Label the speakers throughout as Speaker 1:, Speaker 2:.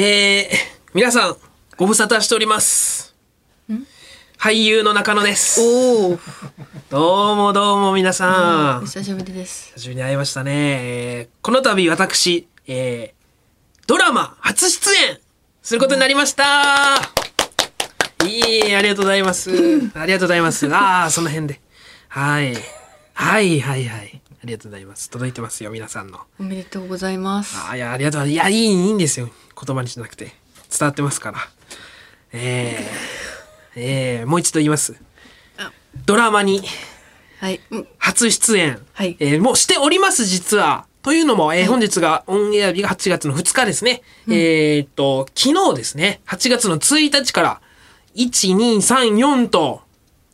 Speaker 1: えー、皆さん、ご無沙汰しております。俳優の中野です。
Speaker 2: おお、
Speaker 1: どうもどうも皆さ
Speaker 2: お
Speaker 1: ん。
Speaker 2: 久しぶりです。
Speaker 1: 久しぶりに会いましたね。えーこの度私、えードラマ初出演することになりました。いい、ありがとうございます。 ありがとうございます。ああ、その辺で。はい。はい、はい、はい。ありがとうございます。届いてますよ、皆さんの。
Speaker 2: おめでとうございます。
Speaker 1: あいやありがとういやいいいいんですよ言葉にしなくて伝わってますからえー、えーもう一度言います
Speaker 2: あ
Speaker 1: ドラマに
Speaker 2: はい、うん
Speaker 1: 初出演、
Speaker 2: はい
Speaker 1: えーもうしております実はというのも、えー本日がオンエア日が8月の2日ですね、えーっと昨日ですね8月の1日から1234と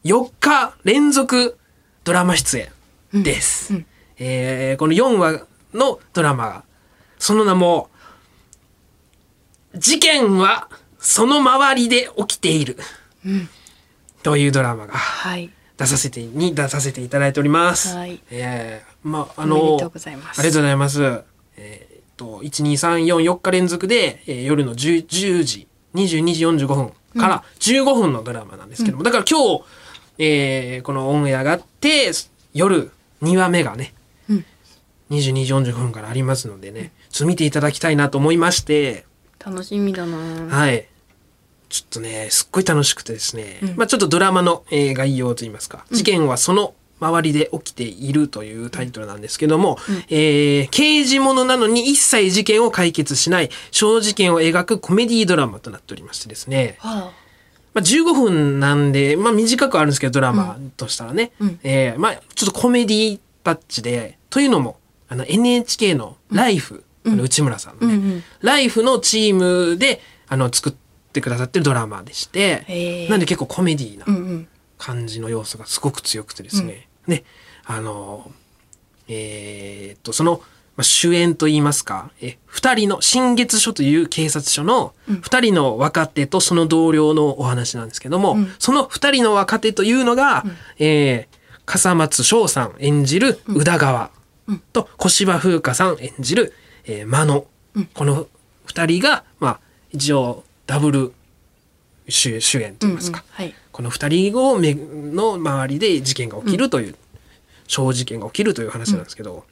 Speaker 1: 4日連続ドラマ出演です、
Speaker 2: うん
Speaker 1: えーこの4話のドラマがその名も「事件はその周りで起きている」というドラマが
Speaker 2: はい、
Speaker 1: 出させてに出させていただいております。
Speaker 2: はい
Speaker 1: ええまああ
Speaker 2: お
Speaker 1: の
Speaker 2: めでとうございます
Speaker 1: ありがとうございます。えーっと一二三四四日連続で、えー夜の十十時二十二時四十五分から十五分のドラマなんですけども、だから今日、えーこのオンエアがあって夜二話目がね。
Speaker 2: うん
Speaker 1: 22時45分からありますのでね、ちょっと見ていただきたいなと思いまして、
Speaker 2: 楽しみだな。
Speaker 1: はい。ちょっとね、すっごい楽しくてですね、
Speaker 2: うん
Speaker 1: まあちょっとドラマの、えー概要といいますか、
Speaker 2: ん
Speaker 1: 事件はその周りで起きているというタイトルなんですけども、
Speaker 2: うん
Speaker 1: えー刑事ものなのに一切事件を解決しない、小事件を描くコメディドラマとなっておりましてですね、
Speaker 2: は
Speaker 1: まあ15分なんで、まあ短くはあるんですけど、ドラマとしたらね、
Speaker 2: うん
Speaker 1: えーまあちょっとコメディタッチで、というのも、あの NHK のライフ、あの内村さん
Speaker 2: あ、う
Speaker 1: の
Speaker 2: ん
Speaker 1: ね、
Speaker 2: うん、
Speaker 1: ライフのチームであの作ってくださってるドラマでして、
Speaker 2: へー
Speaker 1: なんで結構コメディー
Speaker 2: うん
Speaker 1: な
Speaker 2: うん、
Speaker 1: 感じの要素がすごく強くてですね、であのえーっとそのまあ主演といいますかえ2人の新月署という警察署の
Speaker 2: うん
Speaker 1: 2人の若手とその同僚のお話なんですけども、
Speaker 2: うん
Speaker 1: その2人の若手というのが、えー笠松翔さん演じる宇田川
Speaker 2: うん
Speaker 1: と小芝風花さん演じる、えー、真野、
Speaker 2: うん
Speaker 1: この2人が、まあ、一応ダブル主主演といいますか、
Speaker 2: うんうんはい、
Speaker 1: この2人をめの周りで事件が起きるという、小事件が起きるという話なんですけど、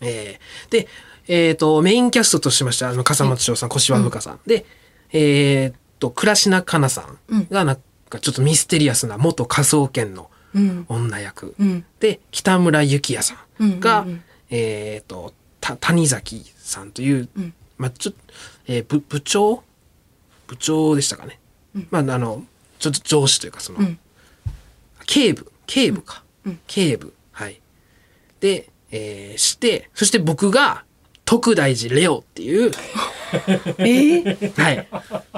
Speaker 1: えーで、えー、とメインキャストとしましてはあの笠松翔さん小芝風花さん、でえー、と倉科香奈さんがなんかちょっとミステリアスな元科捜研の
Speaker 2: うん、
Speaker 1: 女役、
Speaker 2: うん、
Speaker 1: で北村幸也さんが、
Speaker 2: うんうんうん
Speaker 1: えー、とた谷崎さんという、
Speaker 2: うん
Speaker 1: まあちょえー部部長部長でしたかね、
Speaker 2: うん
Speaker 1: まああのちょっと上司というかその、
Speaker 2: うん
Speaker 1: 警部警部か、
Speaker 2: うんうん
Speaker 1: 警部はいで、えーしてそして僕が徳大寺レオっていう、
Speaker 2: えー、
Speaker 1: はい、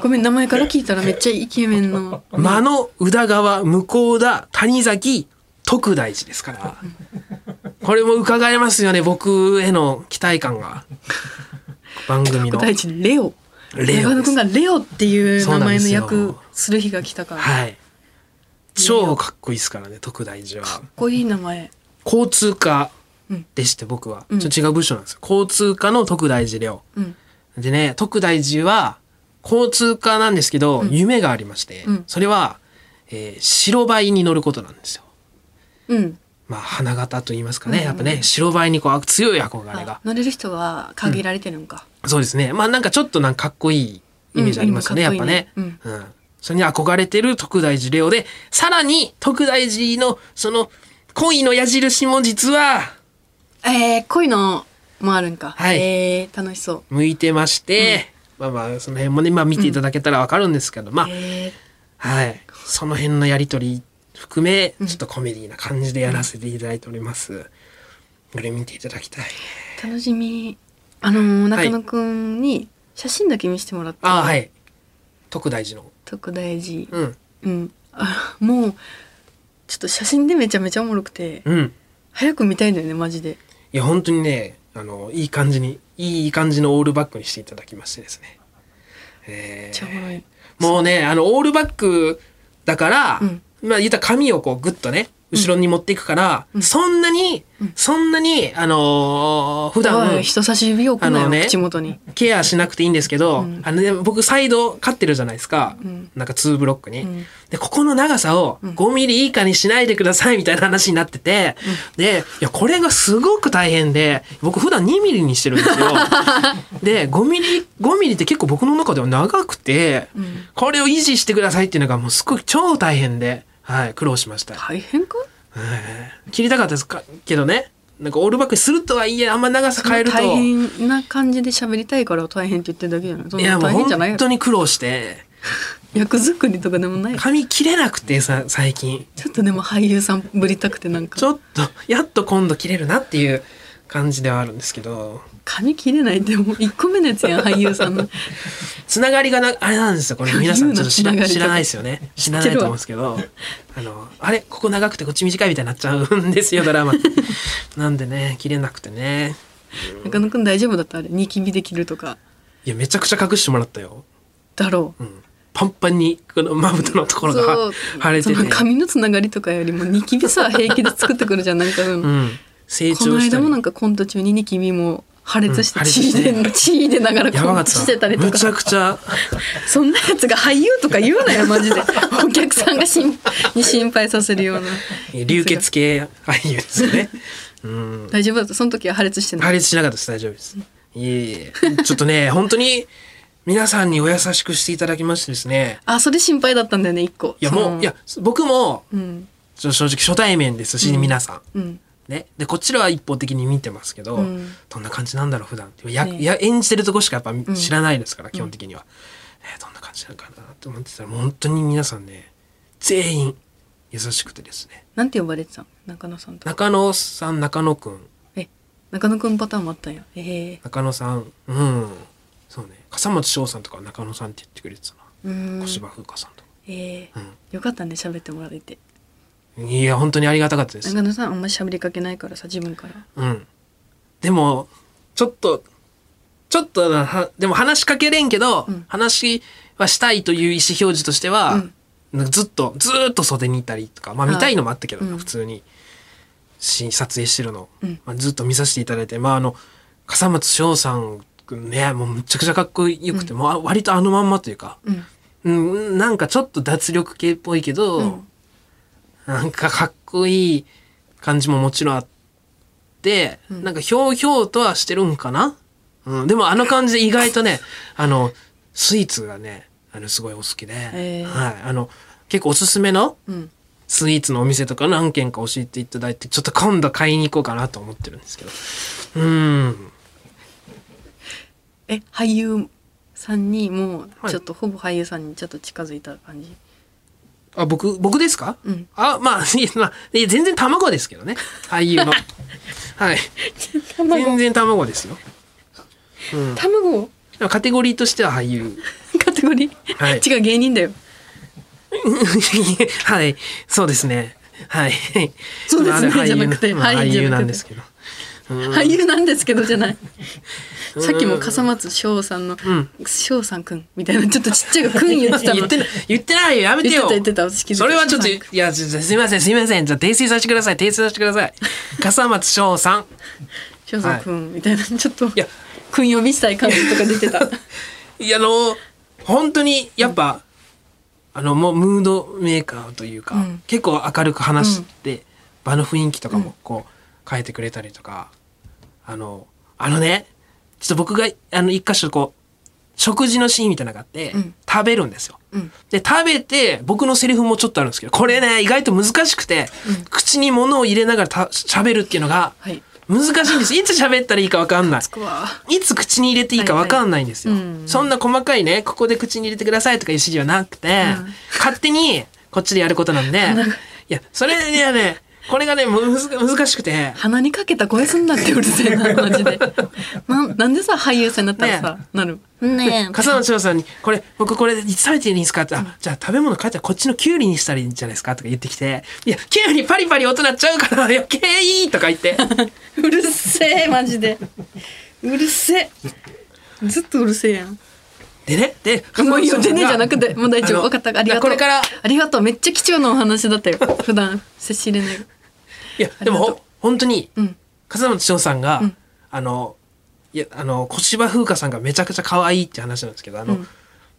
Speaker 2: ごめん、名前から聞いたらめっちゃイケメン の。
Speaker 1: 間の宇田川向田谷崎徳大寺です からこれも伺えますよね僕への期待感 が番組の
Speaker 2: 大臣レオ。
Speaker 1: レ
Speaker 2: 長
Speaker 1: オで
Speaker 2: 野くん
Speaker 1: す
Speaker 2: がレオっていう
Speaker 1: そうなんで
Speaker 2: 名前の
Speaker 1: すよ
Speaker 2: 役する日が来たから。かっ
Speaker 1: はい超かっこいいですからね徳大寺は
Speaker 2: こいい名前。
Speaker 1: 交通課でして僕は、
Speaker 2: うん
Speaker 1: ちょっと違う部署なんですよ交通課の徳大寺レオ
Speaker 2: うん、
Speaker 1: でね徳大寺は交通課なんですけど、夢がありまして、
Speaker 2: うん
Speaker 1: それは、えー白バイに乗ることなんですよ
Speaker 2: うん、
Speaker 1: まあ、花形と言いますかね、
Speaker 2: うんうん
Speaker 1: やっぱね白バイにこう強い憧れ
Speaker 2: あ
Speaker 1: が
Speaker 2: 乗れる人は限られてるんか。
Speaker 1: そうですねまあなんかちょっとなんかかっこいいイメージありますよね、や
Speaker 2: うん
Speaker 1: っぱね、
Speaker 2: かっこいいね
Speaker 1: うんそれに憧れてる徳大寺レオでさらに徳大寺のその恋の矢印も実は
Speaker 2: えー、恋のもあるんか。
Speaker 1: はい
Speaker 2: えー、楽しそう。
Speaker 1: 向いてまして、まあまあその辺もね、まあ、見ていただけたらわかるんですけど、まあ
Speaker 2: えー
Speaker 1: はいその辺のやり取り含めちょっとコメディな感じでやらせていただいております。これ見ていただきたい。
Speaker 2: 楽しみあのー
Speaker 1: はい
Speaker 2: 中野くんに写真だけ見せてもらって、
Speaker 1: ああはい。徳大寺の。
Speaker 2: 特大事
Speaker 1: うん。
Speaker 2: うんあもうちょっと写真でめちゃめちゃおもろくて
Speaker 1: うん。
Speaker 2: 早く見たいんだよねマジで
Speaker 1: いや本当にねあのいい感じにいい感じのオールバックにしていただきましてですね、え
Speaker 2: めっちゃおも
Speaker 1: ー
Speaker 2: ろい
Speaker 1: もうねあのオールバックだから、
Speaker 2: うん
Speaker 1: まあ言ったら髪をこうグッとね後ろに持っていくから、
Speaker 2: うん
Speaker 1: そんなに、そんなに、あのー普
Speaker 2: お
Speaker 1: 段
Speaker 2: い、人差し指を置くな
Speaker 1: あ
Speaker 2: よ、
Speaker 1: のね
Speaker 2: 口元に。
Speaker 1: ケアしなくていいんですけど、
Speaker 2: うん
Speaker 1: あのね、僕サイド飼ってるじゃないですか、
Speaker 2: うん
Speaker 1: なんか2ブロックに、
Speaker 2: うん
Speaker 1: でここの長さを
Speaker 2: ん
Speaker 1: 5ミリ以下にしないでくださいみたいな話になってて、でいやこれがすごく大変で僕普段2ミリにしてるんです よで5ミリ5ミリって結構僕の中では長くて、
Speaker 2: ん
Speaker 1: これを維持してくださいっていうのがもうすごい超大変で、はい、苦労しました、
Speaker 2: 大変か
Speaker 1: はい切りたかったですかけどねなんかオールバックにするとはいえあんま長さ変えると
Speaker 2: 大変な感じで喋りたいから大変って言ってるだけじゃないそん
Speaker 1: いや
Speaker 2: な
Speaker 1: もう
Speaker 2: 大変じゃない
Speaker 1: 本
Speaker 2: よ
Speaker 1: 当に苦労して
Speaker 2: 役作りとかでもないよ
Speaker 1: 髪切れなくてさ最近
Speaker 2: ちょっとでも俳優さんぶりたくてなん
Speaker 1: ち
Speaker 2: か
Speaker 1: ょっとやっと今度切れるなっていう感じではあるんですけど
Speaker 2: 髪切れないってもう1個目のやつやん俳優さ んの
Speaker 1: つながりがなあれなんですよこれ皆さんちょっと知ら
Speaker 2: 自由なつながりとか
Speaker 1: 知らないですよね知らないと思うんですけどあのあれここ長くてこっち短いみたいになっちゃうんです よドラマなんでね切れなくてね
Speaker 2: 中野くん大丈夫だったあれニキビできるとか
Speaker 1: いやめちゃくちゃ隠してもらったよ、
Speaker 2: だろう
Speaker 1: うん、パンパンにこのまぶたのところ
Speaker 2: そ
Speaker 1: が
Speaker 2: う
Speaker 1: 腫れてて
Speaker 2: その髪のつながりとかよりもニキビさ平気で作ってくるじゃんなんかそういう
Speaker 1: う
Speaker 2: の、
Speaker 1: ん、成
Speaker 2: この
Speaker 1: 長した
Speaker 2: 間
Speaker 1: り
Speaker 2: もなんかコント中にニキビも破裂して
Speaker 1: うん破裂
Speaker 2: 血
Speaker 1: して
Speaker 2: で、血でながら
Speaker 1: やば
Speaker 2: コ
Speaker 1: か
Speaker 2: ン
Speaker 1: っ
Speaker 2: トしてた
Speaker 1: た
Speaker 2: りと
Speaker 1: めちゃ
Speaker 2: か
Speaker 1: くちゃ
Speaker 2: そんなやつが俳優とか言うなよ マジでお客さんが心に心配させるような
Speaker 1: 流血系俳優ですよね。うん。
Speaker 2: 大丈夫だったその時は破裂してない
Speaker 1: 破裂しなかったです。大丈夫です。いえいえ。ちょっとね、 本当に皆さんにお優しくしていただきましてですね。
Speaker 2: あそれ心配だったんだよね一個
Speaker 1: いや、
Speaker 2: その
Speaker 1: もう、いや、僕も、
Speaker 2: うん
Speaker 1: ちょ正直初対面ですし、皆さん。
Speaker 2: うん
Speaker 1: ね。で、こっちらは一方的に見てますけど、
Speaker 2: うん
Speaker 1: どんな感じなんだろう、普段って。や、
Speaker 2: ね
Speaker 1: や演じてるとこしかやっぱ知らないですから、基本的には。えーどんな感じなのかなと思ってたら、もう本当に皆さんね、全員優しくてですね。
Speaker 2: なんて呼ばれてたの中野さんと
Speaker 1: 中野さん、中野くん。
Speaker 2: え中野くんパターンもあったんやええ
Speaker 1: 中野さんうんそうね笠松翔さんとか中野さんって言ってくれてた
Speaker 2: うー
Speaker 1: なん小芝風花さんとか
Speaker 2: ええ
Speaker 1: う
Speaker 2: よかったね喋ってもらえて
Speaker 1: んいや本当にありがたかったです
Speaker 2: 中野さんあんま喋りかけないからさ自分から
Speaker 1: うんでもちょっとちょっとなはでも話しかけれんけど、
Speaker 2: うん
Speaker 1: 話はしたいという意思表示としては、
Speaker 2: うん
Speaker 1: なんかずっとずーっと袖にいたりとかまあ
Speaker 2: あー
Speaker 1: 見たいのもあったけどな、
Speaker 2: うん
Speaker 1: 普通にし撮影してるの、
Speaker 2: うん
Speaker 1: まあ、ずっと見させていただいてまああの笠松翔さんねもうむちゃくちゃかっこよくて、もうあ割とあのまんまというか、
Speaker 2: うん
Speaker 1: うん、なんかちょっと脱力系っぽいけど、
Speaker 2: うん
Speaker 1: なんかかっこいい感じももちろんあって、
Speaker 2: ん
Speaker 1: なんかひょうひょうとはしてるんかな、うん、でもあの感じで意外とね、あの、スイーツがね、あの、すごいお好きで、
Speaker 2: へー
Speaker 1: はい、あの、結構おすすめの
Speaker 2: うん
Speaker 1: スイーツのお店とか何軒か教えていただいて、ちょっと今度買いに行こうかなと思ってるんですけど。うん。
Speaker 2: え俳優さんにもう
Speaker 1: はい
Speaker 2: ちょっと、ほぼ俳優さんにちょっと近づいた感じ
Speaker 1: あ、僕、僕ですか
Speaker 2: うん
Speaker 1: あ、まあ、 いやまあ、いや全然卵ですけどね。俳優 の。はい。全然 卵ですよ。うん。で
Speaker 2: 卵
Speaker 1: もカテゴリーとしては俳優。
Speaker 2: カテゴリー、
Speaker 1: はい
Speaker 2: 違う芸人だよ
Speaker 1: はい。そうですね。はい。
Speaker 2: そうです
Speaker 1: ま
Speaker 2: ね
Speaker 1: ああれ
Speaker 2: じゃなくて
Speaker 1: 俳優まあ
Speaker 2: はい
Speaker 1: 俳
Speaker 2: じ
Speaker 1: 優
Speaker 2: ゃなくて
Speaker 1: なんですけど。うん
Speaker 2: 俳優なんですけどじゃない
Speaker 1: うん
Speaker 2: さっきも笠松翔さんの
Speaker 1: ん
Speaker 2: 「翔さんくん」みたいなちょっとちっちゃい「くん」言ってた
Speaker 1: 言
Speaker 2: の
Speaker 1: ってない、言ってないよ。やめて
Speaker 2: 言って
Speaker 1: よ
Speaker 2: た。言ってた私気づいた
Speaker 1: それはちょっと、
Speaker 2: 翔さん
Speaker 1: いや、ちょちょすいません、すいません。じゃあ訂正させてください。訂正させてください。笠松翔さん。
Speaker 2: 翔さんくんみたいなちょっと
Speaker 1: いや
Speaker 2: くん呼びしたい感じとか 出てた
Speaker 1: いや、あの、本当に、やっぱ、あの、もう、ムードメーカーというか、
Speaker 2: うん
Speaker 1: 結構明るく話して、場の雰囲気とかも、こう、変えてくれたりとか、あの、あのね、ちょっと僕が、あの、一箇所、こう、食事のシーンみたいなのがあって、
Speaker 2: うん
Speaker 1: 食べるんですよ。
Speaker 2: うん
Speaker 1: で、食べて、僕のセリフもちょっとあるんですけど、これね、意外と難しくて、口に物を入れながらた喋るっていうのが、
Speaker 2: はい
Speaker 1: 難しいんです。いつ喋ったらいいかわかんない。
Speaker 2: そこはい
Speaker 1: つ口に入れていいか分かんないんですよ、
Speaker 2: はいはいうん
Speaker 1: そんな細かいねここで口に入れてくださいとかいう指示はなくて、
Speaker 2: うん
Speaker 1: 勝手にこっちでやること なんでいやそれではねこれがねむず難しくて
Speaker 2: 鼻にかけた声すんなってうるせえなマジ でななんでさ俳優さんになったらさ、
Speaker 1: ね
Speaker 2: なるね
Speaker 1: 笠野翔さんに「これ僕これいつ食べていいんですか?」って「あじゃあ食べ物変えたらこっちのキュウリにしたらいいんじゃないですか?」とか言ってきて「いやキュウリパリパリ音鳴っちゃうから余計いい!」とか言って
Speaker 2: うるせえマジでうるせえずっとうるせえやん
Speaker 1: でねで
Speaker 2: もう言ってねじゃなくて、
Speaker 1: あの
Speaker 2: もう大丈夫。分かった。ありがとう。
Speaker 1: これから
Speaker 2: ありがとう。めっちゃ貴重なお話だったよ。普段、接し入れない。
Speaker 1: いやでも
Speaker 2: ありがと
Speaker 1: ほ本当に
Speaker 2: うん。
Speaker 1: 笠松翔さんが、
Speaker 2: うん
Speaker 1: あのいやあの小芝風花さんがめちゃくちゃ可愛いって話なんですけどあの、
Speaker 2: うん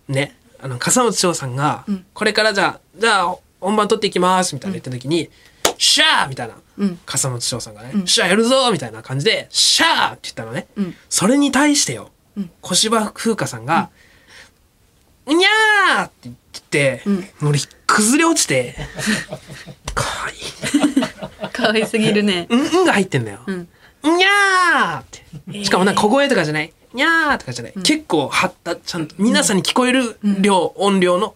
Speaker 1: ねあの笠松翔さんが、
Speaker 2: うん
Speaker 1: これからじゃあじゃあ本番撮っていきますみたいな言った時に「シャー!」みたいな、
Speaker 2: うん
Speaker 1: 笠松翔さんがね「
Speaker 2: うん
Speaker 1: シャーやるぞ!」みたいな感じで「シャー!」って言ったのね、
Speaker 2: うん
Speaker 1: それに対してよ、
Speaker 2: うん
Speaker 1: 小芝風花さんが「にゃー!」って言って、俺崩れ落ちて 「かわいい」
Speaker 2: 可愛すぎるね
Speaker 1: う。ん、うんが入ってんだよ。
Speaker 2: うん。
Speaker 1: にゃーって。しかもなんか小声とかじゃない。にゃーとかじゃない。
Speaker 2: ん
Speaker 1: 結構張った、ちゃんと、皆さんに聞こえる量、音量の、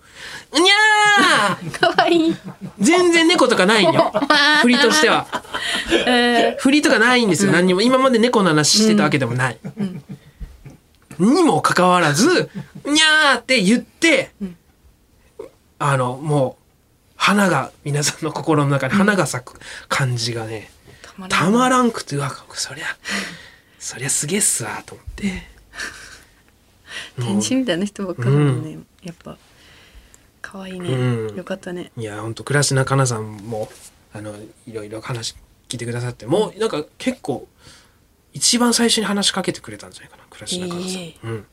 Speaker 1: にゃー
Speaker 2: 可愛い。
Speaker 1: 全然猫とかないんよ。 振りとしては。
Speaker 2: え
Speaker 1: 振りとかないんですよ。何にも。今まで猫の話してたわけでもない。にもかかわらず、にゃーって言って、あの、もう、花が、皆さんの心の中に花が咲く感じがね、
Speaker 2: ーたまら
Speaker 1: た
Speaker 2: ん
Speaker 1: まらんくてうわそりゃそりゃすげえっすわと思って
Speaker 2: 天使みたいな人ばっかりだもんね。やっぱ。可愛い
Speaker 1: うん
Speaker 2: ね。よかったね。
Speaker 1: いやほんと倉科香奈さんもあのいろいろ話聞いてくださってもうなんか結構一番最初に話しかけてくれたんじゃないかな倉科香奈さん、
Speaker 2: え
Speaker 1: うん、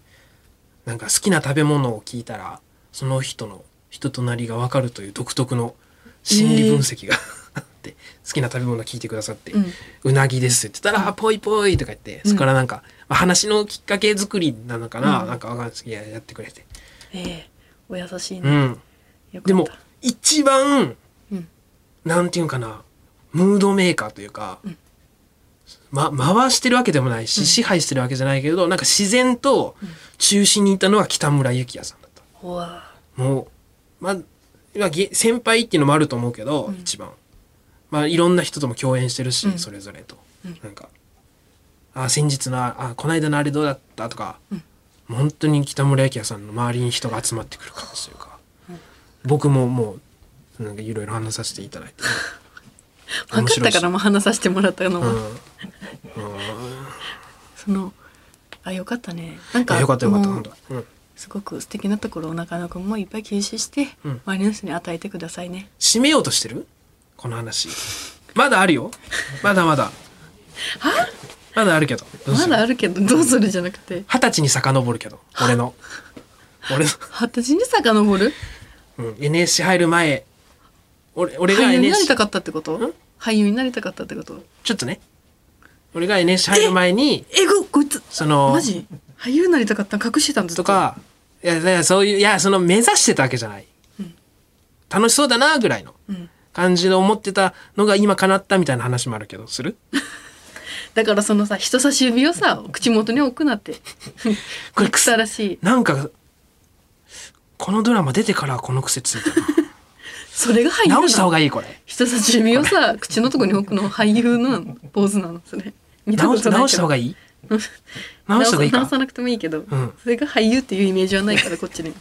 Speaker 1: なんか好きな食べ物を聞いたらその人の人となりが分かるという独特の心理分析があって、好きな食べ物を聞いてくださって、
Speaker 2: うん。
Speaker 1: うなぎですって言ったら、あぽいぽいとか言って、そこからなんか、まあ話のきっかけ作りなのかな、
Speaker 2: うん
Speaker 1: なんかわかんないですけど、いややってくれて。
Speaker 2: ええ。お優しいうね。
Speaker 1: ん。
Speaker 2: よかった
Speaker 1: でも、一番、
Speaker 2: うん
Speaker 1: なんていうんかな、ムードメーカーというか、
Speaker 2: うん
Speaker 1: ま、回してるわけでもないし、
Speaker 2: うん
Speaker 1: 支配してるわけじゃないけど、なんか自然と中心にいたのは北村幸也さんだった。
Speaker 2: うわ
Speaker 1: もう、まあ、今げ先輩っていうのもあると思うけど、
Speaker 2: うん
Speaker 1: 一番。まあ、いろんな人とも共演してるし、
Speaker 2: うん
Speaker 1: それぞれと。
Speaker 2: うん
Speaker 1: なんか、あ、先日の、あ、この間のあれどうだったとか、
Speaker 2: うん
Speaker 1: もう本当に北村明さんの周りに人が集まってくる感じというか、僕ももう、なんかいろいろ話させていただいて。
Speaker 2: 分かったから
Speaker 1: 面
Speaker 2: もう話させてもらったの
Speaker 1: 白いし
Speaker 2: も
Speaker 1: うん。うん
Speaker 2: そのあよかったねな
Speaker 1: い
Speaker 2: ん
Speaker 1: や
Speaker 2: か
Speaker 1: よかったよかった、
Speaker 2: もう
Speaker 1: 本当。うん。
Speaker 2: すごく素敵なところを中野くんもいっぱい吸収して、
Speaker 1: うん
Speaker 2: 周りの人に与えてくださいね
Speaker 1: 締めようとしてるこの話。まだあるよ。まだまだ。まだあるけど。どうす
Speaker 2: ま
Speaker 1: る
Speaker 2: だあるけどどうするじゃなくて
Speaker 1: 二十歳に遡るけど俺 の俺の、
Speaker 2: 二十歳に遡る
Speaker 1: うん、NSC 入る前俺俺が
Speaker 2: 俳優になり
Speaker 1: NSC
Speaker 2: たかったってこと
Speaker 1: ん
Speaker 2: 俳優になりたかったってこと
Speaker 1: ちょっとね俺が NSC 入る前に
Speaker 2: えごこいつ
Speaker 1: その
Speaker 2: マジ俳優になりたかったの隠してたんです
Speaker 1: とかいやいやそういういやその目指してたわけじゃない、
Speaker 2: うん
Speaker 1: 楽しそうだなぐらいの
Speaker 2: うん
Speaker 1: 感じで思ってたのが今叶ったみたいな話もあるけどする
Speaker 2: だからそのさ人差し指を さ口元に置くなって
Speaker 1: これ
Speaker 2: 草らしい
Speaker 1: なんかこのドラマ出てからこの癖つ いたな
Speaker 2: それが俳優なの
Speaker 1: 直した方がいいこれ
Speaker 2: 人差し指をさ口のとこに置くの俳優のポーズなのそれ見た
Speaker 1: 直
Speaker 2: こと
Speaker 1: し
Speaker 2: ない
Speaker 1: 直
Speaker 2: け
Speaker 1: した方
Speaker 2: ど
Speaker 1: が いい直した方がいい
Speaker 2: 直
Speaker 1: か
Speaker 2: さなくてもいいけど、
Speaker 1: ん
Speaker 2: それが俳優っていうイメージはないからこっちに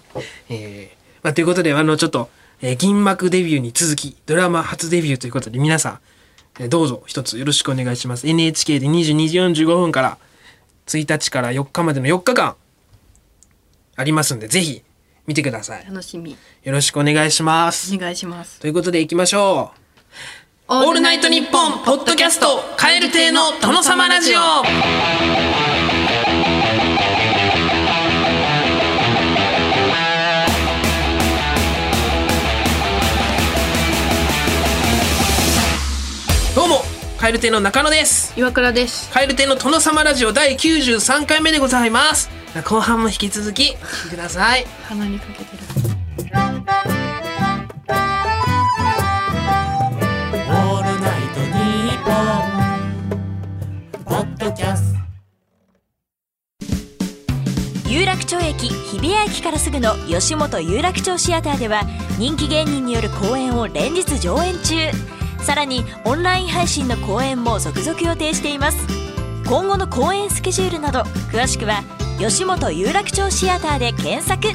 Speaker 1: えーまあ、ということで、あの、ちょっと、えー銀幕デビューに続き、ドラマ初デビューということで、皆さん、えーどうぞ一つよろしくお願いします。NHK で22時45分から、1日から4日までの4日間、ありますんで、ぜひ、見てください。
Speaker 2: 楽しみ
Speaker 1: よろしくお願いします。
Speaker 2: お願いします
Speaker 1: ということで、行きましょう。オールナイトニッポンポッドキャストカエル亭の殿様ラジオどうもカエル亭の中野です
Speaker 2: 岩倉です
Speaker 1: カエル亭の殿様ラジオ第93回目でございます後半も引き続きお聞きください
Speaker 2: 鼻にかけてる
Speaker 3: オールナイトニッポン」ポッドキャスト
Speaker 4: 有楽町駅日比谷駅からすぐの吉本有楽町シアターでは人気芸人による公演を連日上演中さらにオンライン配信の公演も続々予定しています今後の公演スケジュールなど詳しくは吉本有楽町シアターで検索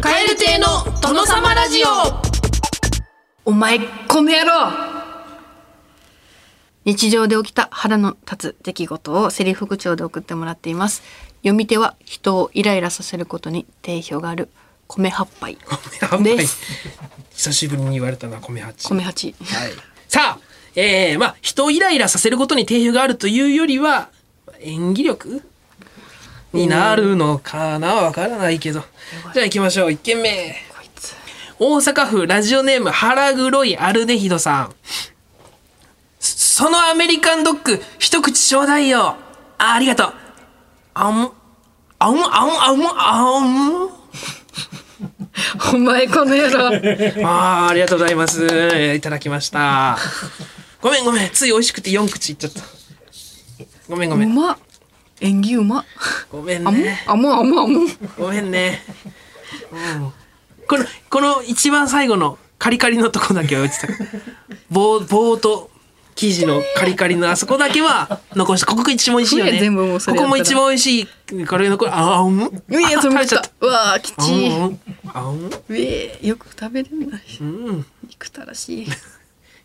Speaker 1: カエル亭の殿様ラジオ
Speaker 2: お前、この野郎日常で起きた腹の立つ出来事をセリフ口調で送ってもらっています。読み手は人をイライラさせることに定評がある米八杯。
Speaker 1: 米
Speaker 2: で
Speaker 1: 八杯
Speaker 2: す。
Speaker 1: 久しぶりに言われたな米八
Speaker 2: 米八。
Speaker 1: はい、さあ、えー、まあ人をイライラさせることに定評があるというよりは演技力になるのかなわからないけどじゃあ行きましょう1軒目
Speaker 2: こいつ。
Speaker 1: 大阪府ラジオネーム腹黒いアルデヒドさんそそのアメリカンドッグ一口ちょうだいよあありがとうあんあんあんあんあん
Speaker 2: お前、この野郎。
Speaker 1: あーありがとうございます。いただきました。ごめんごめん。つい美味しくて4口いっちゃった。ごめんごめ。
Speaker 2: うんま。演技うま。
Speaker 1: ごめん
Speaker 2: あも
Speaker 1: ね。
Speaker 2: あもあもあも。
Speaker 1: ごめんね。うん、この、この一番最後のカリカリのとこだけは落ちた。棒、棒と生地のカリカリのあそこだけは残して、ここが一番美味しいよ
Speaker 2: こ
Speaker 1: ね。
Speaker 2: れ全部もうそ
Speaker 1: こ
Speaker 2: れや
Speaker 1: こも
Speaker 2: ったら
Speaker 1: 一番美味しい。これ残る。あ、あうん。
Speaker 2: うえ、
Speaker 1: あ
Speaker 2: それ
Speaker 1: 食
Speaker 2: も
Speaker 1: べ
Speaker 2: 来。
Speaker 1: ちゃった
Speaker 2: うわあ、き
Speaker 1: た。あう
Speaker 2: ちい。
Speaker 1: ん。あうん。
Speaker 2: うえ、よく食べれるな。
Speaker 1: うん。
Speaker 2: 憎た らしい。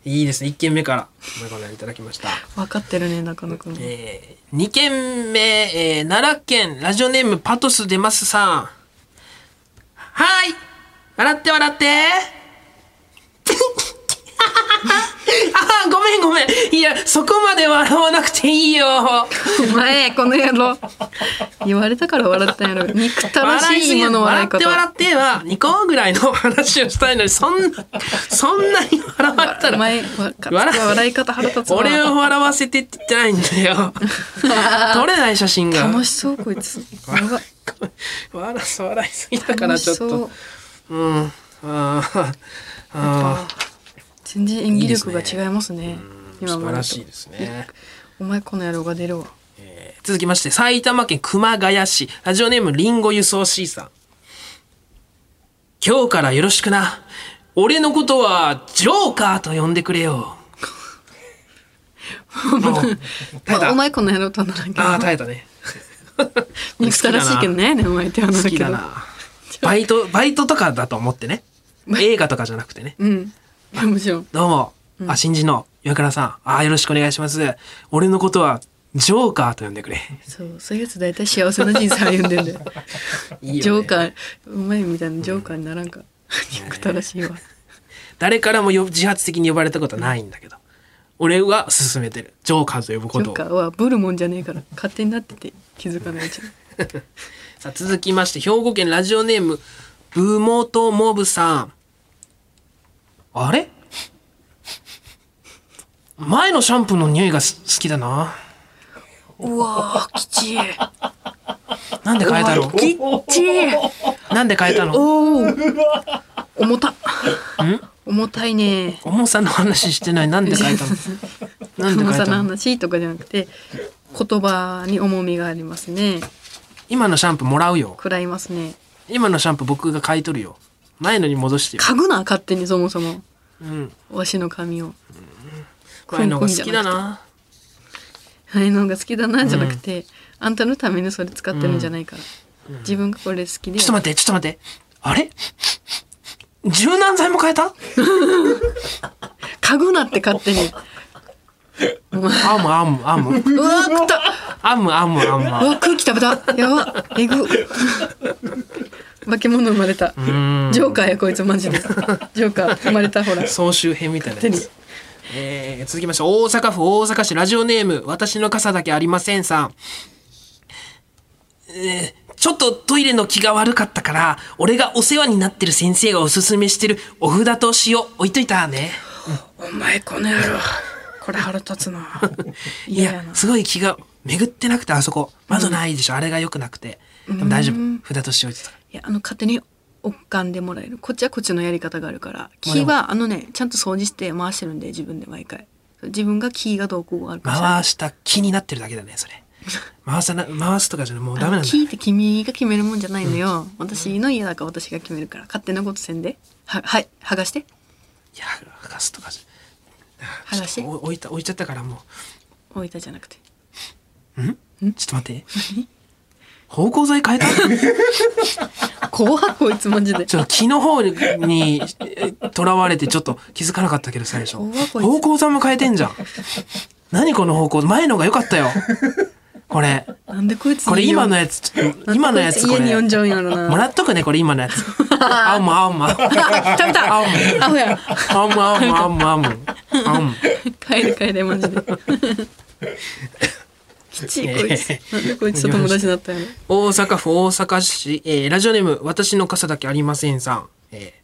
Speaker 1: いいですね。一軒目から。ごめんごめんいただきました。
Speaker 2: 分かってるね、中野くん。
Speaker 1: えー、2件目、えー奈良県ラジオネームパトス出ますさん。はい笑って笑ってあーごめんごめんいやそこまで笑わなくていいよ
Speaker 2: お前、この野郎。言われたから笑ったんやろ。憎たら
Speaker 1: 笑い
Speaker 2: し
Speaker 1: す
Speaker 2: い
Speaker 1: ぎ
Speaker 2: 今の笑
Speaker 1: 笑
Speaker 2: い
Speaker 1: って
Speaker 2: 方。
Speaker 1: 笑っては2個ぐらいの話をしたいのにそんなそんなに笑われた
Speaker 2: お
Speaker 1: ら
Speaker 2: 前、わか笑い方腹立つわ。
Speaker 1: 俺を笑わせてって言ってないんだ よ撮れない写真が
Speaker 2: 楽しそう、こいつ。やば
Speaker 1: 笑笑いすぎたから
Speaker 2: 楽
Speaker 1: ちょ
Speaker 2: し
Speaker 1: っ
Speaker 2: そ
Speaker 1: と
Speaker 2: う。
Speaker 1: うんあーあ
Speaker 2: 全然演技力が違いますね。
Speaker 1: ー素晴
Speaker 2: ま
Speaker 1: ら
Speaker 2: で
Speaker 1: しい
Speaker 2: と。
Speaker 1: ですね、
Speaker 2: お前、この野郎が出るわ。
Speaker 1: えー続きまして埼玉県熊谷市ラジオネームりんご輸送 C さん今日からよろしくな俺のことはジョーカーと呼んでくれよ もう耐え
Speaker 2: まあ
Speaker 1: た、
Speaker 2: お前、この野郎とはならんけど
Speaker 1: ああ。耐えたね
Speaker 2: 憎たらしいけどね、お前って話
Speaker 1: 好
Speaker 2: だ
Speaker 1: き
Speaker 2: け
Speaker 1: だ
Speaker 2: ど。
Speaker 1: なバイトバイトとかだと思って ね映画とかじゃなくてね
Speaker 2: うん。もちろん。
Speaker 1: どうも、あ、新人の岩倉さん。あ、よろしくお願いします。俺のことは、ジョーカーと呼んでくれ。
Speaker 2: そう、そういうやつ大体幸せな人生歩んでんだよ。ジョーカー、お前みたいなジョーカーにならんか。憎たらしいわ。
Speaker 1: 誰からもよ自発的に呼ばれたことはないんだけど。俺は勧めてる。ジョーカーと呼ぶこ
Speaker 2: ジ
Speaker 1: と
Speaker 2: ョー
Speaker 1: を
Speaker 2: カ。ーはブルモンじゃねえから、勝手になってて気づかないう ちに。
Speaker 1: さあ、続きまして、兵庫県ラジオネーム、ブモトモブさん。あれ前のシャンプーの匂いがす好きだな。
Speaker 2: うわー、きちい。
Speaker 1: なんで変えたの
Speaker 2: きっちい。
Speaker 1: なんで変えたの
Speaker 2: おお。重た。重たいね。
Speaker 1: 重さの話してない。なんで変えたのなんで
Speaker 2: 重
Speaker 1: 変
Speaker 2: さ
Speaker 1: え
Speaker 2: の
Speaker 1: たの
Speaker 2: 話とかじゃなくて、言葉に重みがありますね。
Speaker 1: 今のシャンプーもらうよ。
Speaker 2: 食らいますね。
Speaker 1: 今のシャンプー僕が買い取るよ前のに戻してよ、
Speaker 2: 嗅ぐな、勝手にそもそも。
Speaker 1: うん、
Speaker 2: わしの髪を。
Speaker 1: 前の方が好きだな
Speaker 2: 才能が好きだなじゃなくて、あんたのためにそれ使ってるんじゃないから、自分がこれ好きで
Speaker 1: ちょっと待ってちょっと待ってあれ柔軟剤も変えた
Speaker 2: 嗅ぐなって勝手にお前
Speaker 1: アムアムアム
Speaker 2: うわ食った
Speaker 1: アムアムアム
Speaker 2: う
Speaker 1: アム
Speaker 2: わ空気食べたやばえぐ化け物生まれた
Speaker 1: ん
Speaker 2: ジョーカーやこいつマジでジョーカー生まれたほら
Speaker 1: 総集編みたいな
Speaker 2: 手
Speaker 1: や
Speaker 2: に
Speaker 1: つ、えー、続きまして大阪府大阪市ラジオネーム私の傘だけありませんさん、えーちょっとトイレの気が悪かったから俺がお世話になってる先生がおすすめしてるお札と塩置いといたね
Speaker 2: お前この野郎これ腹立つな
Speaker 1: い
Speaker 2: 嫌や
Speaker 1: や
Speaker 2: な
Speaker 1: すごい気が巡ってなくてあそこ窓ないでしょ、あれが良くなくてでも大丈夫札と塩置いてたか
Speaker 2: いやあの勝手におっかんでもらえるこっちはこっちのやり方があるから
Speaker 1: あで
Speaker 2: 木
Speaker 1: も
Speaker 2: はあのねちゃんと掃除して回してるんで自分で毎回自分が木がどうこうあるからもしれない
Speaker 1: 回した気になってるだけだねそれ回さな回すとかじゃないもうダメなんだ
Speaker 2: 聞いて君が決めるもんじゃないのよ、私の家だから私が決めるから勝手なことせんでははい剥がして
Speaker 1: いや剥がすとかじゃ
Speaker 2: 剥がして
Speaker 1: ちょっとお置いた置いちゃったからも
Speaker 2: 置いたじゃなくて
Speaker 1: うちょっと待って芳香剤変えた
Speaker 2: 怖いこいつマジで
Speaker 1: ちょっと気の方にとらわれてちょっと気づかなかったけど最初
Speaker 2: 怖いこいつ
Speaker 1: 芳香剤も変えてんじゃん何この芳香剤前のが良かったよこれ
Speaker 2: なんでこいつ
Speaker 1: これ今の
Speaker 2: や
Speaker 1: やつちょっと今のやつこ
Speaker 2: 家に
Speaker 1: れ
Speaker 2: 呼んじゃうんやろな
Speaker 1: もらっとくねこれ今 のやつ青も青も
Speaker 2: あ食べた
Speaker 1: 青も
Speaker 2: アホや
Speaker 1: 青も青も青も青も青も
Speaker 2: 帰れ帰れマ ジできちいこいつなんでこいつと友達になったんやろ
Speaker 1: 大阪府大阪市、えーラジオネーム、私の傘だけありませんさん。えー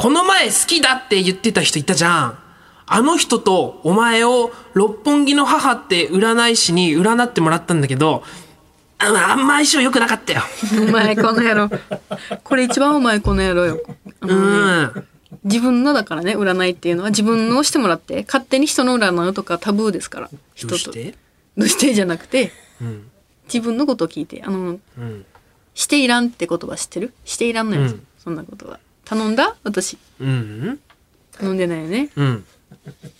Speaker 1: この前好きだって言ってた人いたじゃん。あの人とお前を六本木の母って占い師に占ってもらったんだけど、ああんま相性良くなかったよ。
Speaker 2: お前この野郎これ一番お前この野郎よあ
Speaker 1: う
Speaker 2: のね
Speaker 1: ん。
Speaker 2: 自分のだからね占いっていうのは自分のをしてもらって勝手に人の占うとかタブーですから人
Speaker 1: ど
Speaker 2: と
Speaker 1: うして
Speaker 2: どうしてじゃなくて
Speaker 1: うん。
Speaker 2: 自分のことを聞いてあの
Speaker 1: うん。
Speaker 2: していらんって言葉知ってるしていらんのよ、
Speaker 1: うん
Speaker 2: そんなことは頼んだ私
Speaker 1: うん。
Speaker 2: 頼んでないよね
Speaker 1: うん。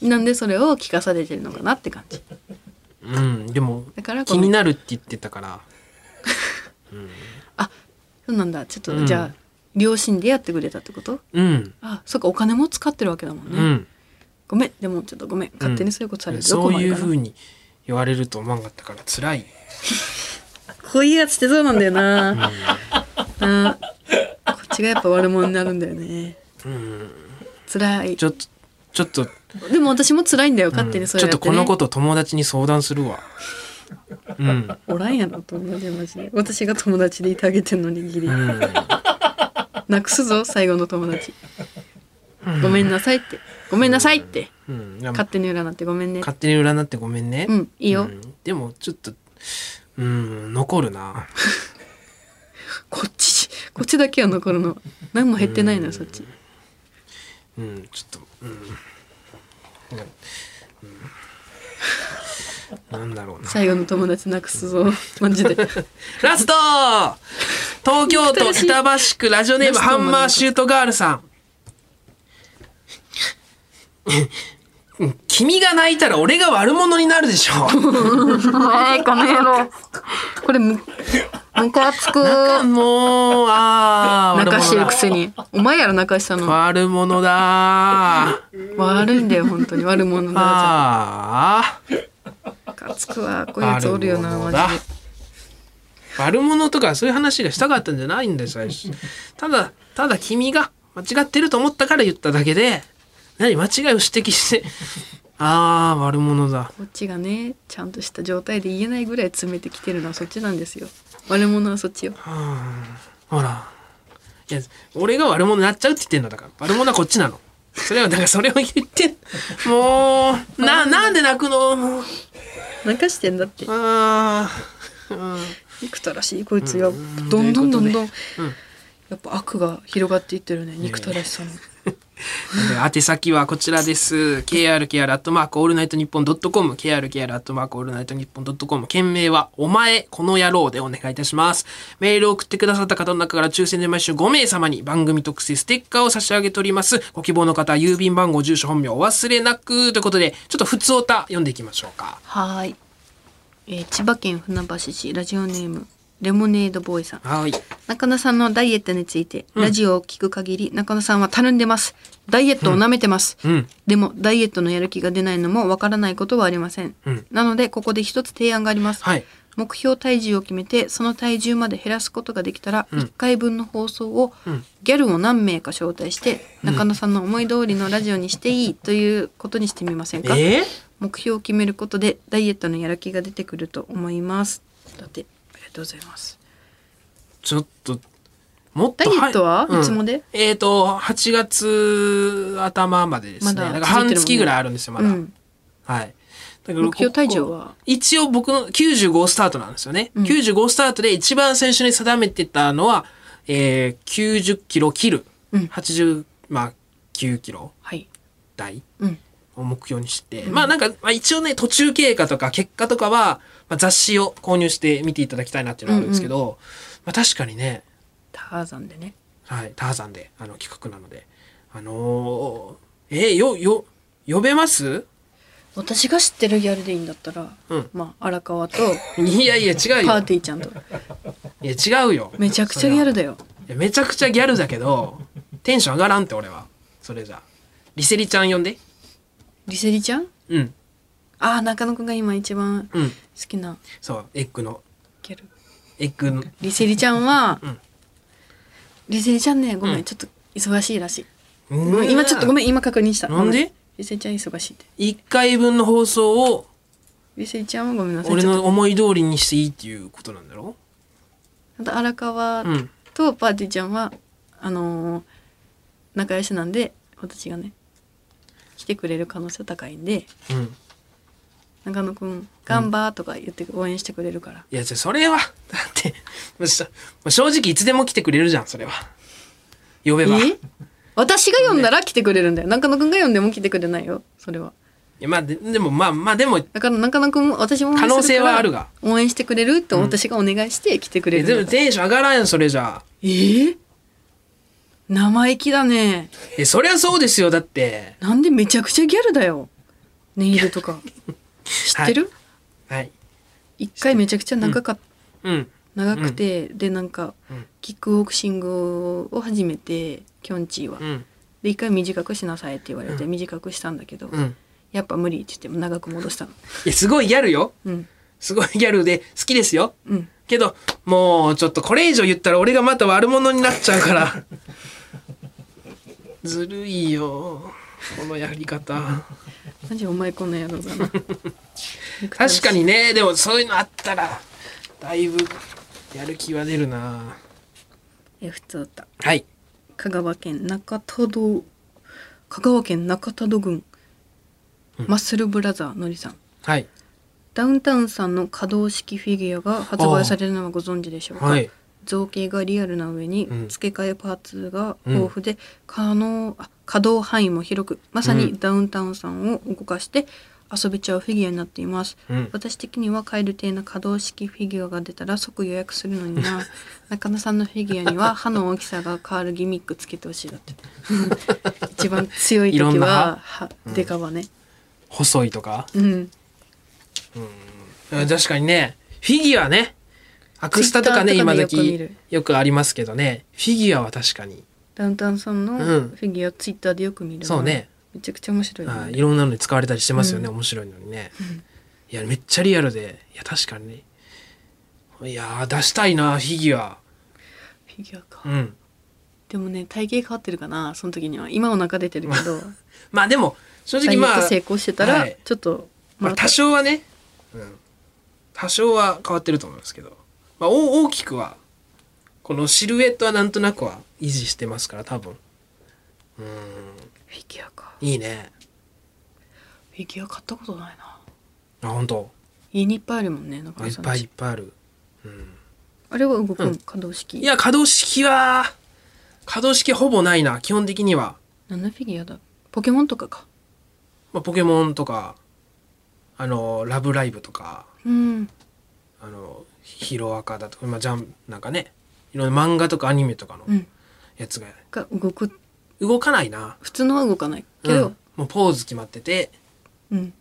Speaker 2: なんでそれを聞かされてるのかなって感じ
Speaker 1: うん。でも
Speaker 2: だから、こ
Speaker 1: 気
Speaker 2: の
Speaker 1: になるって言ってたから。
Speaker 2: あそうなんだちょっと、
Speaker 1: うん
Speaker 2: じゃあ両親でやってくれたってこと
Speaker 1: うん。
Speaker 2: あそっかお金も使ってるわけだもんね、
Speaker 1: うん。
Speaker 2: ごめんでもちょっとごめん勝手にそういうことされると
Speaker 1: そう
Speaker 2: 困
Speaker 1: い
Speaker 2: る
Speaker 1: う
Speaker 2: から
Speaker 1: ふうに言われると思わなかったから辛い。
Speaker 2: こういうやつってそうなんだよな、なあこっちがやっぱ悪者になるんだよね辛い
Speaker 1: ちょっと、ちょっと、
Speaker 2: でも私も辛いんだよ勝手にそう
Speaker 1: ちょ
Speaker 2: やっ、
Speaker 1: って
Speaker 2: ね
Speaker 1: とこのこと友達に相談するわ。うん。
Speaker 2: おらんやろ友達マジで私が友達でいてあげてんのにギリ、
Speaker 1: うん。
Speaker 2: なくすぞ最後の友達ごめんなさいってごめんなさいって
Speaker 1: うん、
Speaker 2: 勝手に占ってごめんね
Speaker 1: 勝手に占ってごめんね。
Speaker 2: うんいい
Speaker 1: う
Speaker 2: よ、
Speaker 1: んでも、ちょっと、うん、残るな。
Speaker 2: こっちこっちだけは残るの何も減ってないのよそっち
Speaker 1: うん、ちょっと、うん。うんうんなんだろうな。
Speaker 2: 最後の友達なくすぞマジで
Speaker 1: ラスト東京都板橋区ラジオネームハンマーシュートガールさん。 君が泣いたら俺が悪者になるでしょ。
Speaker 2: えこの野郎これむむかつく
Speaker 1: もう、ああ、
Speaker 2: 泣かしてる
Speaker 1: 悪
Speaker 2: く
Speaker 1: 者
Speaker 2: せにお前やろ泣かした
Speaker 1: だ。
Speaker 2: の
Speaker 1: 悪者だあ
Speaker 2: 悪いんだよ本当に悪者だ
Speaker 1: あー。
Speaker 2: ムカつくわこういうやつおるよな
Speaker 1: 悪
Speaker 2: マ
Speaker 1: 者
Speaker 2: ジ
Speaker 1: だ
Speaker 2: で
Speaker 1: 悪者とかそういう話がしたかったんじゃないんだよ、最初。ただ、ただ君が間違ってると思ったから言っただけで、何、間違いを指摘して、ああ、悪者だ。
Speaker 2: こっちがねちゃんとした状態で言えないぐらい詰めてきてるのはそっちなんですよ悪者はそっちよ
Speaker 1: ほら。いや、俺が悪者になっちゃうって言ってんのだから。悪者はこっちなの。それは、だからそれを言ってん、もう、な、なんで泣くのもう
Speaker 2: 泣かしてんだって
Speaker 1: ああ、うん。
Speaker 2: 憎たらしいこいつやどんどんどんどん
Speaker 1: うん
Speaker 2: やっぱ悪が広がっていってるね憎たらしさの
Speaker 1: 宛先はこちらです。krkr アットマークオールナイトニッポンドットコム、krkr アットマークオールナイトニッポンドットコム、件名はお前この野郎でお願いいたします。メールを送ってくださった方の中から抽選で毎週5名様に番組特製ステッカーを差し上げております。ご希望の方、郵便番号、住所、本名お忘れなくということで、ちょっと普通おた読んでいきましょうか。
Speaker 2: はーい、えー千葉県船橋市ラジオネームレモネードボーイさん
Speaker 1: はい。
Speaker 2: 中野さんのダイエットについて、ラジオを聞く限り中野さんはたるんでますダイエットを舐めてます、
Speaker 1: うん
Speaker 2: でもダイエットのやる気が出ないのもわからないことはありません、
Speaker 1: うん
Speaker 2: なのでここで一つ提案があります、
Speaker 1: はい
Speaker 2: 目標体重を決めてその体重まで減らすことができたら、1回分の放送をギャルを何名か招待して、中野さんの思い通りのラジオにしていいということにしてみませんか、
Speaker 1: えー
Speaker 2: 目標を決めることでダイエットのやる気が出てくると思いますだってありがとうございます
Speaker 1: ちょっと、もっ
Speaker 2: ダ
Speaker 1: と
Speaker 2: イエットは
Speaker 1: うん
Speaker 2: いつまで
Speaker 1: えっ、と、8月頭までですね。
Speaker 2: まだ
Speaker 1: だから半
Speaker 2: 続いてるもんね
Speaker 1: 月ぐらいあるんですよ、まだ。
Speaker 2: うん
Speaker 1: はい。だから
Speaker 2: 目標体重
Speaker 1: ここ
Speaker 2: は
Speaker 1: 一応僕の95スタートなんですよね。95スタートで一番最初に定めてたのは、えー、90キロ切る。
Speaker 2: うん
Speaker 1: 80、まあ、9キロ
Speaker 2: はい
Speaker 1: 台
Speaker 2: うん
Speaker 1: を目標にして。まあなんか、まあ、一応ね、途中経過とか結果とかは、まあ、雑誌を購入して見ていただきたいなっていうのはあるんですけど、まあ確かにね、
Speaker 2: ターザンでね
Speaker 1: はい、ターザンで、あの、企画なので。あのーえーよ、よ、呼べます
Speaker 2: 私が知ってるギャルでいいんだったら、
Speaker 1: うん
Speaker 2: まあ荒川と
Speaker 1: いやいや違う
Speaker 2: パ
Speaker 1: よ
Speaker 2: ーティーちゃ んと
Speaker 1: いや違うよ
Speaker 2: めちゃくちゃギャルだよ
Speaker 1: いやめちゃくちゃギャルだけどテンション上がらんって俺はそれじゃリセリちゃん呼んで
Speaker 2: リセリちゃん
Speaker 1: うん
Speaker 2: ああ中野くんが今一番好
Speaker 1: うん
Speaker 2: きな
Speaker 1: そうエッグの
Speaker 2: ギャル
Speaker 1: エッグの
Speaker 2: リセリちゃんは、
Speaker 1: うん
Speaker 2: リセリちゃんねごめん、
Speaker 1: うん
Speaker 2: ちょっと忙しいらしい、
Speaker 1: うわ
Speaker 2: 今ちょっとごめん今確認した
Speaker 1: なんで
Speaker 2: ごめリセリちゃん忙しいって
Speaker 1: 一回分の放送を
Speaker 2: リセリちゃんはごめんなさい
Speaker 1: 俺
Speaker 2: ちょっと
Speaker 1: の思い通りにしていいっていうことなんだろ
Speaker 2: あと荒川
Speaker 1: うん
Speaker 2: とパーティーちゃんは、あのー仲良しなんで私がね来てくれる可能性高いんで
Speaker 1: うん
Speaker 2: 中野くん「ガンバー」とか言って応援してくれるから、
Speaker 1: いやじゃあそれはだってもうしもう正直いつでも来てくれるじゃんそれは呼べばい
Speaker 2: え私が呼んだら来てくれるんだよ中野くんが呼んでも来てくれないよそれは
Speaker 1: やまあででもまあまあでも
Speaker 2: だから中野くんも私も応援するから
Speaker 1: 可能性はあるが
Speaker 2: 応援してくれるって私がお願いして来てくれ
Speaker 1: え
Speaker 2: るん
Speaker 1: で
Speaker 2: だよ
Speaker 1: もテンション上がらんよそれじゃ
Speaker 2: えー生意気だね
Speaker 1: えそりゃそうですよだって
Speaker 2: なんでめちゃくちゃギャルだよネイル とか知ってる、
Speaker 1: はい
Speaker 2: 一回めちゃくちゃ長かった、
Speaker 1: うん
Speaker 2: 長くて、でなんか、
Speaker 1: ん
Speaker 2: キックボクシングを始めてきょんちぃは、
Speaker 1: うん
Speaker 2: で一回短くしなさいって言われて短くしたんだけど、
Speaker 1: うん
Speaker 2: やっぱ無理って言って長く戻したの
Speaker 1: いやすごいギャルよ
Speaker 2: うん
Speaker 1: すごいギャルで好きですよ
Speaker 2: うん
Speaker 1: けどもうちょっとこれ以上言ったら俺がまた悪者になっちゃうから ずるいよこのやり方
Speaker 2: マジお前こんな野郎 だな
Speaker 1: 確かにねでもそういうのあったらだいぶやる気は出るな
Speaker 2: え普通だった
Speaker 1: はい
Speaker 2: 香川県中田道香川県中田道郡、マッスルブラザーのりさん
Speaker 1: はい
Speaker 2: ダウンタウンさんの可動式フィギュアが発売されるのはご存知でしょうか、
Speaker 1: はい
Speaker 2: 造形がリアルな上に
Speaker 1: うん
Speaker 2: 付け替えパーツが豊富で、可能あ可動範囲も広くまさ
Speaker 1: う
Speaker 2: にダウンタウンさんを動かして遊べちゃうフィギュアになっています、
Speaker 1: うん
Speaker 2: 私的には蛙亭の可動式フィギュアが出たら即予約するの にな中野さんのフィギュアには歯の大きさが変わるギミックつけてほし いだって一番強い
Speaker 1: いろ
Speaker 2: 時
Speaker 1: んな
Speaker 2: は
Speaker 1: 歯
Speaker 2: 歯デカはね
Speaker 1: 細いとか
Speaker 2: うん
Speaker 1: うん確かにねフィギュアねアクスタとかね
Speaker 2: Twitter とか
Speaker 1: 今
Speaker 2: でよく見
Speaker 1: 時
Speaker 2: る
Speaker 1: よくありますけどねフィギュアは確かに
Speaker 2: ダウンタウンさんの
Speaker 1: ん
Speaker 2: フィギュア、ツイッターでよく見るな
Speaker 1: そうね
Speaker 2: めちゃくちゃ面白いよね
Speaker 1: あいろんなのに使われたりしてますよね、面白いのにね、いやめっちゃリアルでいや確かにねいやー出したいなフィギュア
Speaker 2: フィギュアか、
Speaker 1: うん
Speaker 2: でもね体型変わってるかなその時には今お腹出てるけど
Speaker 1: まあでも正
Speaker 2: ダ
Speaker 1: 直
Speaker 2: イエッ
Speaker 1: ま
Speaker 2: ト
Speaker 1: あ、
Speaker 2: 成功してたら、
Speaker 1: はい
Speaker 2: ちょっと
Speaker 1: まあ多少はね、うん、多少は変わってると思いますけど、まあ、お大きくはこのシルエットはなんとなくは維持してますから多分
Speaker 2: フィギュアか
Speaker 1: いいね
Speaker 2: フィギュア買ったことないな
Speaker 1: あ本当
Speaker 2: 家にいっぱいあるもんね中
Speaker 1: あ
Speaker 2: 野
Speaker 1: いっ
Speaker 2: さん
Speaker 1: ぱいい
Speaker 2: ち
Speaker 1: っぱいある
Speaker 2: あれは動く
Speaker 1: うん
Speaker 2: ん可動式
Speaker 1: いや可動式は可動式ほぼないな基本的には
Speaker 2: 何のフィギュアだポケモンとかか
Speaker 1: まあ、ポケモンとか、あの、ラブライブとか、
Speaker 2: うん
Speaker 1: あの、ヒロアカだとか、まあ、ジャン、なんかね、いろんな漫画とかアニメとかの
Speaker 2: うん
Speaker 1: やつが、
Speaker 2: が動く
Speaker 1: 動かないな。
Speaker 2: 普通のは動かないけ
Speaker 1: う
Speaker 2: ど
Speaker 1: ん、もうポーズ決まってて、
Speaker 2: うん、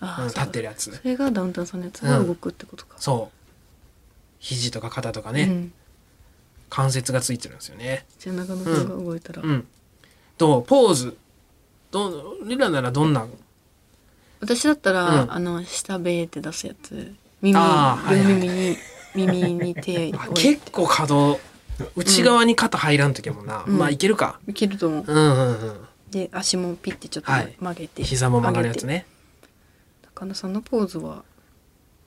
Speaker 2: ああ、
Speaker 1: うん
Speaker 2: そ
Speaker 1: 立
Speaker 2: うだ
Speaker 1: ってるやつ。
Speaker 2: それがダウンタウンさんのやつが動くってことか、
Speaker 1: そう。肘とか肩とか
Speaker 2: う
Speaker 1: ね、
Speaker 2: ん
Speaker 1: 関節がついてるんですよね。
Speaker 2: じゃあ中野くんが動いたら、
Speaker 1: うん。どうポーズ。どう、リラならどんな、
Speaker 2: 私だったら、
Speaker 1: うん
Speaker 2: あの下べーって出すやつ耳
Speaker 1: あーはい
Speaker 2: 両
Speaker 1: はい
Speaker 2: 耳に耳に手 を
Speaker 1: あ
Speaker 2: 置いて
Speaker 1: 結構可動。内側に肩入らんときもな、
Speaker 2: うん
Speaker 1: まあいけるか。
Speaker 2: いけると思う
Speaker 1: うんうんうん。
Speaker 2: で足もピッてちょっと
Speaker 1: はい
Speaker 2: 曲げて、
Speaker 1: 膝も曲がるやつね。
Speaker 2: 上げて高野さんのポーズは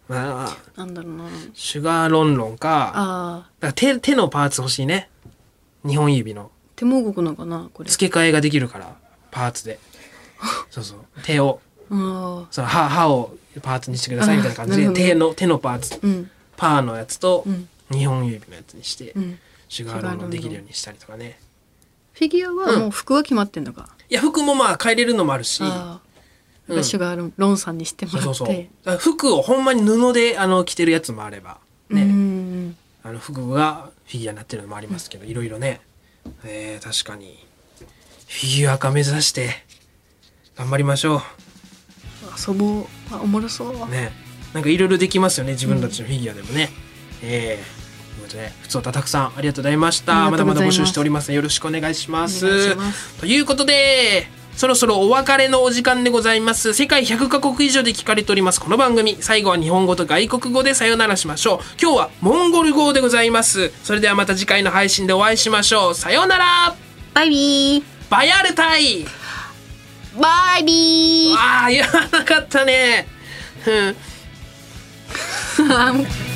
Speaker 1: まあ、
Speaker 2: なんだろうな
Speaker 1: シュガーロンロンか、
Speaker 2: あ
Speaker 1: だから手手のパーツ欲しいね。2本指の。
Speaker 2: ー手も動くのかなこれ
Speaker 1: 付け替えができるから、パーツで。そうそう。手を、
Speaker 2: あ
Speaker 1: その歯歯をパーツにしてくださいみたいな感じ
Speaker 2: あ
Speaker 1: で、
Speaker 2: なるほどね
Speaker 1: 手の手のパーツ
Speaker 2: ー、うん
Speaker 1: パーのやつと
Speaker 2: うん、
Speaker 1: 2本指のやつにして、
Speaker 2: うん
Speaker 1: シュガーロンロンできるようにしたりとかね。
Speaker 2: フィギュアは
Speaker 1: うん
Speaker 2: もう服は決まってんのか、
Speaker 1: いや、服もまあ変えれるのもあるし、
Speaker 2: ああ、
Speaker 1: うん
Speaker 2: シュガーロンロンさんにしても
Speaker 1: そう
Speaker 2: らって
Speaker 1: そうそう。だから服をほんまに布であの着てるやつもあれば、ね。
Speaker 2: うん
Speaker 1: あの服がフィギュアになってるのもありますけど、いろいろね、えー、確かにフィギュア化目指して頑張りましょう
Speaker 2: 遊ぼうあおもろそう、
Speaker 1: ねなんかいろいろできますよね自分たちのフィギュアでもね、ええということで普通たたくさんありがとうございました
Speaker 2: あり
Speaker 1: ま
Speaker 2: が
Speaker 1: だ
Speaker 2: とう
Speaker 1: ま
Speaker 2: ご
Speaker 1: だ
Speaker 2: ざい
Speaker 1: 募
Speaker 2: ま
Speaker 1: 集
Speaker 2: す
Speaker 1: しておりますよろしくお願いします
Speaker 2: お願いします
Speaker 1: ということでそろそろお別れのお時間でございます世界100カ国以上で聞かれておりますこの番組最後は日本語と外国語でさよならしましょう今日はモンゴル語でございますそれではまた次回の配信でお会いしましょうさよなら
Speaker 2: バイビー
Speaker 1: バヤルタイ
Speaker 2: バイビー
Speaker 1: ああ言わなかったねうん
Speaker 2: um